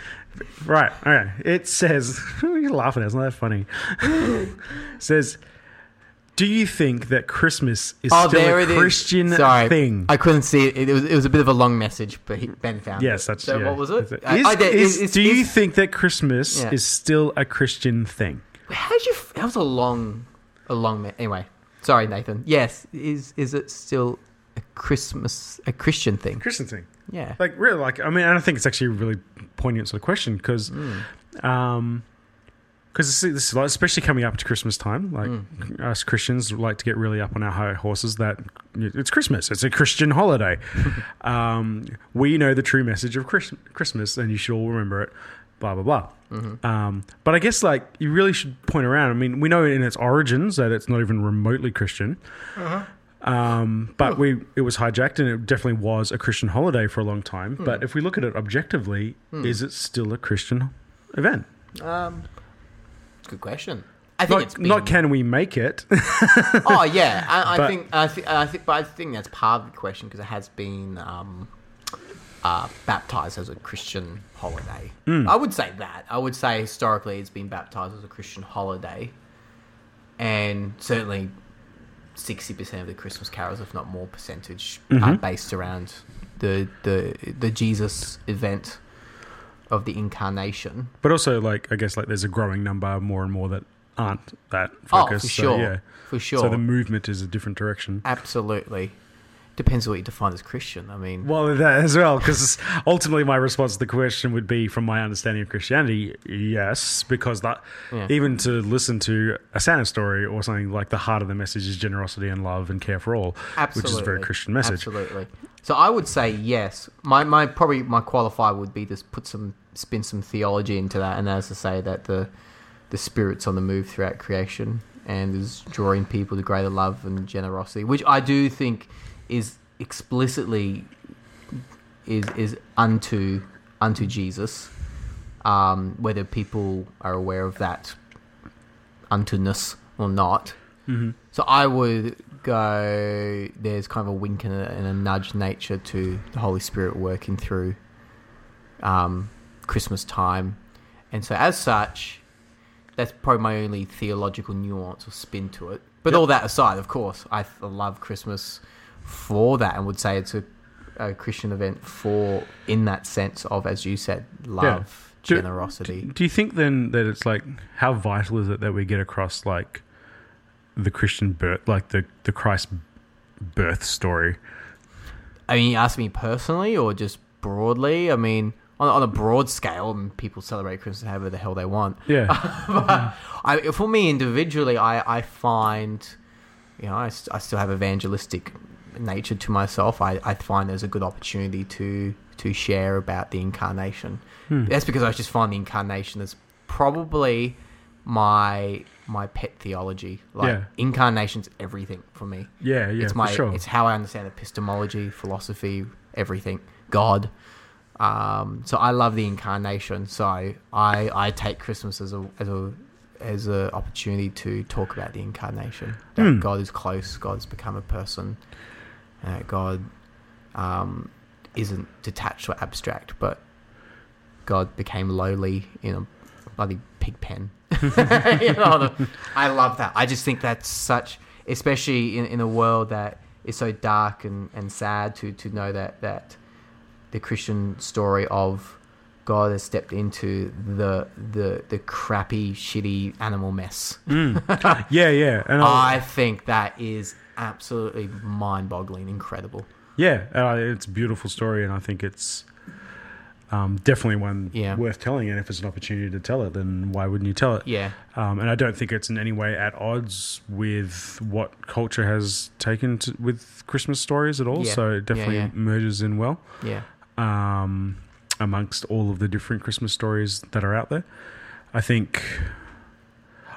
[SPEAKER 1] Right, okay. It says, you're laughing, at it, it's not that funny. It says, do you think that Christmas is
[SPEAKER 2] Oh,
[SPEAKER 1] still
[SPEAKER 2] there
[SPEAKER 1] a
[SPEAKER 2] it is.
[SPEAKER 1] Christian
[SPEAKER 2] Sorry,
[SPEAKER 1] thing?
[SPEAKER 2] I couldn't see it. It was, it was a bit of a long message, but he, Ben found it.
[SPEAKER 1] yes, that's
[SPEAKER 2] So
[SPEAKER 1] yeah.
[SPEAKER 2] what was it?
[SPEAKER 1] That's
[SPEAKER 2] I-
[SPEAKER 1] Is-
[SPEAKER 2] I did-
[SPEAKER 1] is-
[SPEAKER 2] it's-
[SPEAKER 1] do you
[SPEAKER 2] it's-
[SPEAKER 1] think that Christmas
[SPEAKER 2] Yeah.
[SPEAKER 1] is still a Christian thing?
[SPEAKER 2] How did you? f- That was a long, a long. Me- anyway, sorry, Nathan. Yes, is is it still a Christmas, a Christian thing?
[SPEAKER 1] Christian thing.
[SPEAKER 2] Yeah.
[SPEAKER 1] Like, really, like, I mean, I don't think it's actually a really poignant sort of question because. Um, because this, is- this is like, especially coming up to Christmas time, like us Christians like to get really up on our high horses that it's Christmas, it's a Christian holiday. um, we know the true message of Chris- Christmas, and you should all remember it. Blah blah blah. Um, but I guess like you really should point around. I mean, we know in its origins that it's not even remotely Christian. Um,
[SPEAKER 2] Hmm.
[SPEAKER 1] but we it was hijacked, and it definitely was a Christian holiday for a long time. But
[SPEAKER 2] Hmm.
[SPEAKER 1] if we look at it objectively, is it still a Christian event?
[SPEAKER 2] Good question. I think it's
[SPEAKER 1] Not,
[SPEAKER 2] been,
[SPEAKER 1] not can we make it?
[SPEAKER 2] Oh yeah, I, I
[SPEAKER 1] But-
[SPEAKER 2] think I think I think, but I think that's part of the question because it has been um, uh, baptized as a Christian holiday.
[SPEAKER 1] Hmm.
[SPEAKER 2] I would say that. I would say historically it's been baptized as a Christian holiday, and certainly sixty percent of the Christmas carols, if not more percentage,
[SPEAKER 1] Mm-hmm.
[SPEAKER 2] are based around the the the Jesus event of the incarnation.
[SPEAKER 1] But also, like, I guess, like, there's a growing number more and more that aren't that focused.
[SPEAKER 2] oh, for
[SPEAKER 1] so,
[SPEAKER 2] sure,
[SPEAKER 1] yeah.
[SPEAKER 2] for sure.
[SPEAKER 1] So the movement is a different direction.
[SPEAKER 2] Absolutely. Depends on what you define as Christian. I mean,
[SPEAKER 1] Well, that as well, because ultimately my response to the question would be, from my understanding of Christianity, yes, because that
[SPEAKER 2] Yeah.
[SPEAKER 1] even to listen to a Santa story or something like the heart of the message is generosity and love and care for all, which
[SPEAKER 2] absolutely.
[SPEAKER 1] is a very Christian message.
[SPEAKER 2] Absolutely. So I would say yes. My, my probably my qualifier would be to put some spin some theology into that, and that is to say that the the spirit's on the move throughout creation and is drawing people to greater love and generosity, which I do think is explicitly is is unto unto Jesus. Um, whether people are aware of that untoness or not. So I would go. There's kind of a wink and a, and a nudge nature to the Holy Spirit working through um, Christmas time, and so as such, that's probably my only theological nuance or spin to it. But all that aside, of course, I f- love Christmas for that, and would say it's a, a Christian event for in that sense of, as you said, love,
[SPEAKER 1] Do-
[SPEAKER 2] generosity.
[SPEAKER 1] Do you think then that it's like how vital is it that we get across like the Christian birth, like the the Christ birth story?
[SPEAKER 2] I mean, you ask me personally or just broadly. I mean, on, on a broad scale, and people celebrate Christmas however the hell they want.
[SPEAKER 1] Yeah,
[SPEAKER 2] but I, for me individually, I, I find, you know, I, st- I still have evangelistic nature to myself. I, I find there's a good opportunity to to share about the incarnation. That's because I just find the incarnation is probably my my pet theology. Like
[SPEAKER 1] Yeah.
[SPEAKER 2] incarnation's everything for me.
[SPEAKER 1] yeah, yeah,
[SPEAKER 2] it's my
[SPEAKER 1] for sure.
[SPEAKER 2] it's how I understand epistemology, philosophy, everything, God. Um, so I love the incarnation. So I I take Christmas as a as a as a opportunity to talk about the incarnation. That
[SPEAKER 1] Hmm.
[SPEAKER 2] God is close. God's become a person. Uh, God um, isn't detached or abstract, but God became lowly in a bloody pig pen. You know, the- I love that. I just think that's such, especially in, in a world that is so dark and, and sad, to, to know that, that the Christian story of God has stepped into the the, the crappy, shitty animal mess.
[SPEAKER 1] yeah, yeah, and I,
[SPEAKER 2] I think that is absolutely mind boggling, incredible.
[SPEAKER 1] yeah, and I- it's a beautiful story, and I think it's um, definitely one
[SPEAKER 2] Yeah.
[SPEAKER 1] worth telling. And if it's an opportunity to tell it, then why wouldn't you tell it?
[SPEAKER 2] Yeah.
[SPEAKER 1] Um, and I don't think it's in any way at odds with what culture has taken to, with Christmas stories at all.
[SPEAKER 2] Yeah.
[SPEAKER 1] So
[SPEAKER 2] Yeah,
[SPEAKER 1] it definitely
[SPEAKER 2] yeah.
[SPEAKER 1] merges in well.
[SPEAKER 2] Yeah.
[SPEAKER 1] um, amongst all of the different Christmas stories that are out there. I think,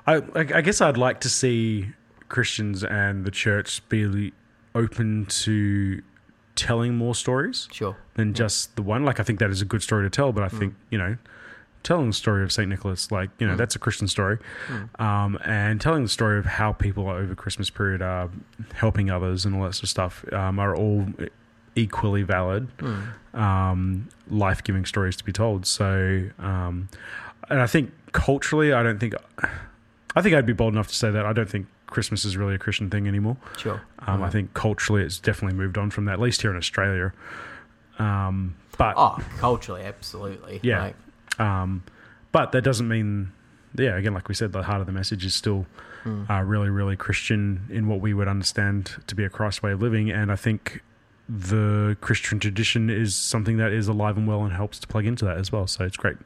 [SPEAKER 1] I, I I guess I'd like to see Christians and the church be open to telling more stories
[SPEAKER 2] Sure.
[SPEAKER 1] than just the one. Like I think that is a good story to tell, but I think you know, telling the story of Saint Nicholas, like you know, that's a Christian story, um, and telling the story of how people over Christmas period are helping others and all that sort of stuff um, are all equally valid, um, life giving stories to be told. So, um, and I think culturally, I don't think, I think I'd be bold enough to say that I don't think. Christmas is really a Christian thing anymore.
[SPEAKER 2] Sure.
[SPEAKER 1] Um, I think culturally, it's definitely moved on from that, at least here in Australia. Um, but
[SPEAKER 2] Oh, culturally, absolutely.
[SPEAKER 1] Yeah.
[SPEAKER 2] Like,
[SPEAKER 1] um, but that doesn't mean, yeah. Again, like we said, the heart of the message is still
[SPEAKER 2] Hmm.
[SPEAKER 1] uh, really, really Christian in what we would understand to be a Christ way of living, and I think the Christian tradition is something that is alive and well and helps to plug into that as well. So it's great,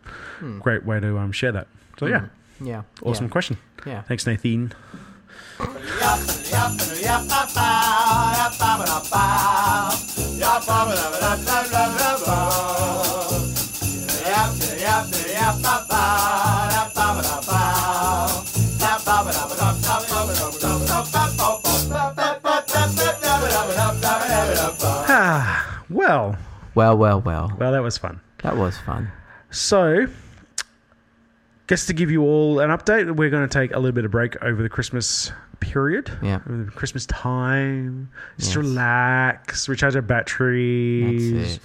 [SPEAKER 1] great way to um, share that. So yeah,
[SPEAKER 2] Hmm. mm, yeah.
[SPEAKER 1] awesome question.
[SPEAKER 2] Yeah.
[SPEAKER 1] Thanks, Nathan. Ah, well,
[SPEAKER 2] Well, well, well.
[SPEAKER 1] well, that was fun.
[SPEAKER 2] That was fun.
[SPEAKER 1] So, just to give you all an update, we're going to take a little bit of break over the Christmas period.
[SPEAKER 2] Yeah.
[SPEAKER 1] Over the Christmas time. Just
[SPEAKER 2] Yes.
[SPEAKER 1] relax, recharge our batteries,
[SPEAKER 2] That's it. Mm.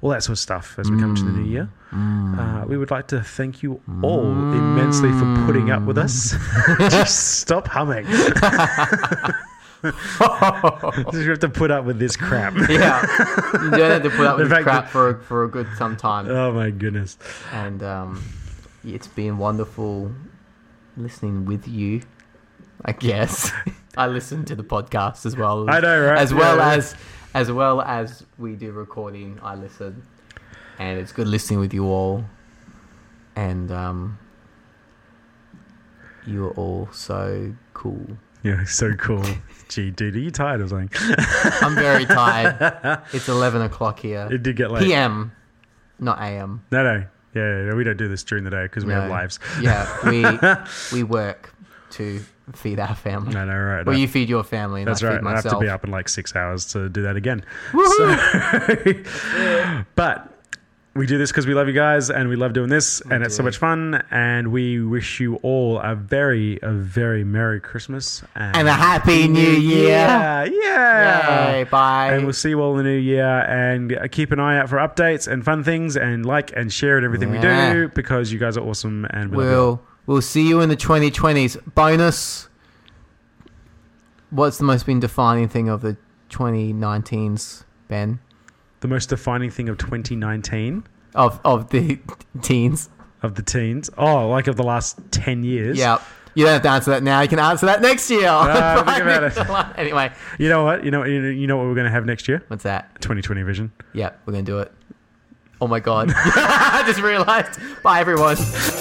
[SPEAKER 1] all that sort of stuff as we come to the new year. Uh, we would like to thank you all immensely for putting up with us. just stop humming. Just have to put up with this crap.
[SPEAKER 2] Yeah. you don't have to put up with
[SPEAKER 1] The
[SPEAKER 2] this
[SPEAKER 1] fact
[SPEAKER 2] crap
[SPEAKER 1] that-
[SPEAKER 2] for, for a good some time.
[SPEAKER 1] Oh my goodness.
[SPEAKER 2] And um, it's been wonderful listening with you, I guess. I listen to the podcast as well.
[SPEAKER 1] I know, right?
[SPEAKER 2] As well
[SPEAKER 1] Yeah, yeah.
[SPEAKER 2] as as well as we do recording, I listen. And it's good listening with you all. And um, you're all so cool.
[SPEAKER 1] Yeah, so cool. Gee, dude, are you tired or something?
[SPEAKER 2] I'm very tired. It's 11 o'clock here.
[SPEAKER 1] It did get late.
[SPEAKER 2] PM, not AM.
[SPEAKER 1] No, no. Yeah, no, we don't do this during the day because we
[SPEAKER 2] No.
[SPEAKER 1] have lives.
[SPEAKER 2] Yeah, we we work to feed our family.
[SPEAKER 1] No, no, right.
[SPEAKER 2] Mm. Well,
[SPEAKER 1] no.
[SPEAKER 2] you feed your family, and
[SPEAKER 1] That's
[SPEAKER 2] I feed
[SPEAKER 1] right. and I have
[SPEAKER 2] myself.
[SPEAKER 1] to be up in like six hours to do that again. So, but we do this because we love you guys and we love doing this and it's so
[SPEAKER 2] do.
[SPEAKER 1] much fun. And we wish you all a very, a very Merry Christmas
[SPEAKER 2] And a happy new year.
[SPEAKER 1] Yeah. Yeah.
[SPEAKER 2] Yay, bye.
[SPEAKER 1] And we'll see you all in the new year. And uh, keep an eye out for updates and fun things and like and share it everything
[SPEAKER 2] Yeah.
[SPEAKER 1] we do because you guys are awesome and we love you all.
[SPEAKER 2] We'll we'll see you in the 2020s. Bonus. What's the most been defining thing of the 2019s, Ben?
[SPEAKER 1] the most defining thing of 2019
[SPEAKER 2] Of of the teens.
[SPEAKER 1] of the teens. Oh, like of the last 10 years.
[SPEAKER 2] Yeah. You don't have to answer that now. You can answer that next year.
[SPEAKER 1] Ah, think about it.
[SPEAKER 2] Friday. anyway,
[SPEAKER 1] You know what? You know, you know- you know what we're going to have next year?
[SPEAKER 2] what's that?
[SPEAKER 1] 2020 vision.
[SPEAKER 2] Yep, we're going to do it. Oh my God. I just realized. Bye, everyone.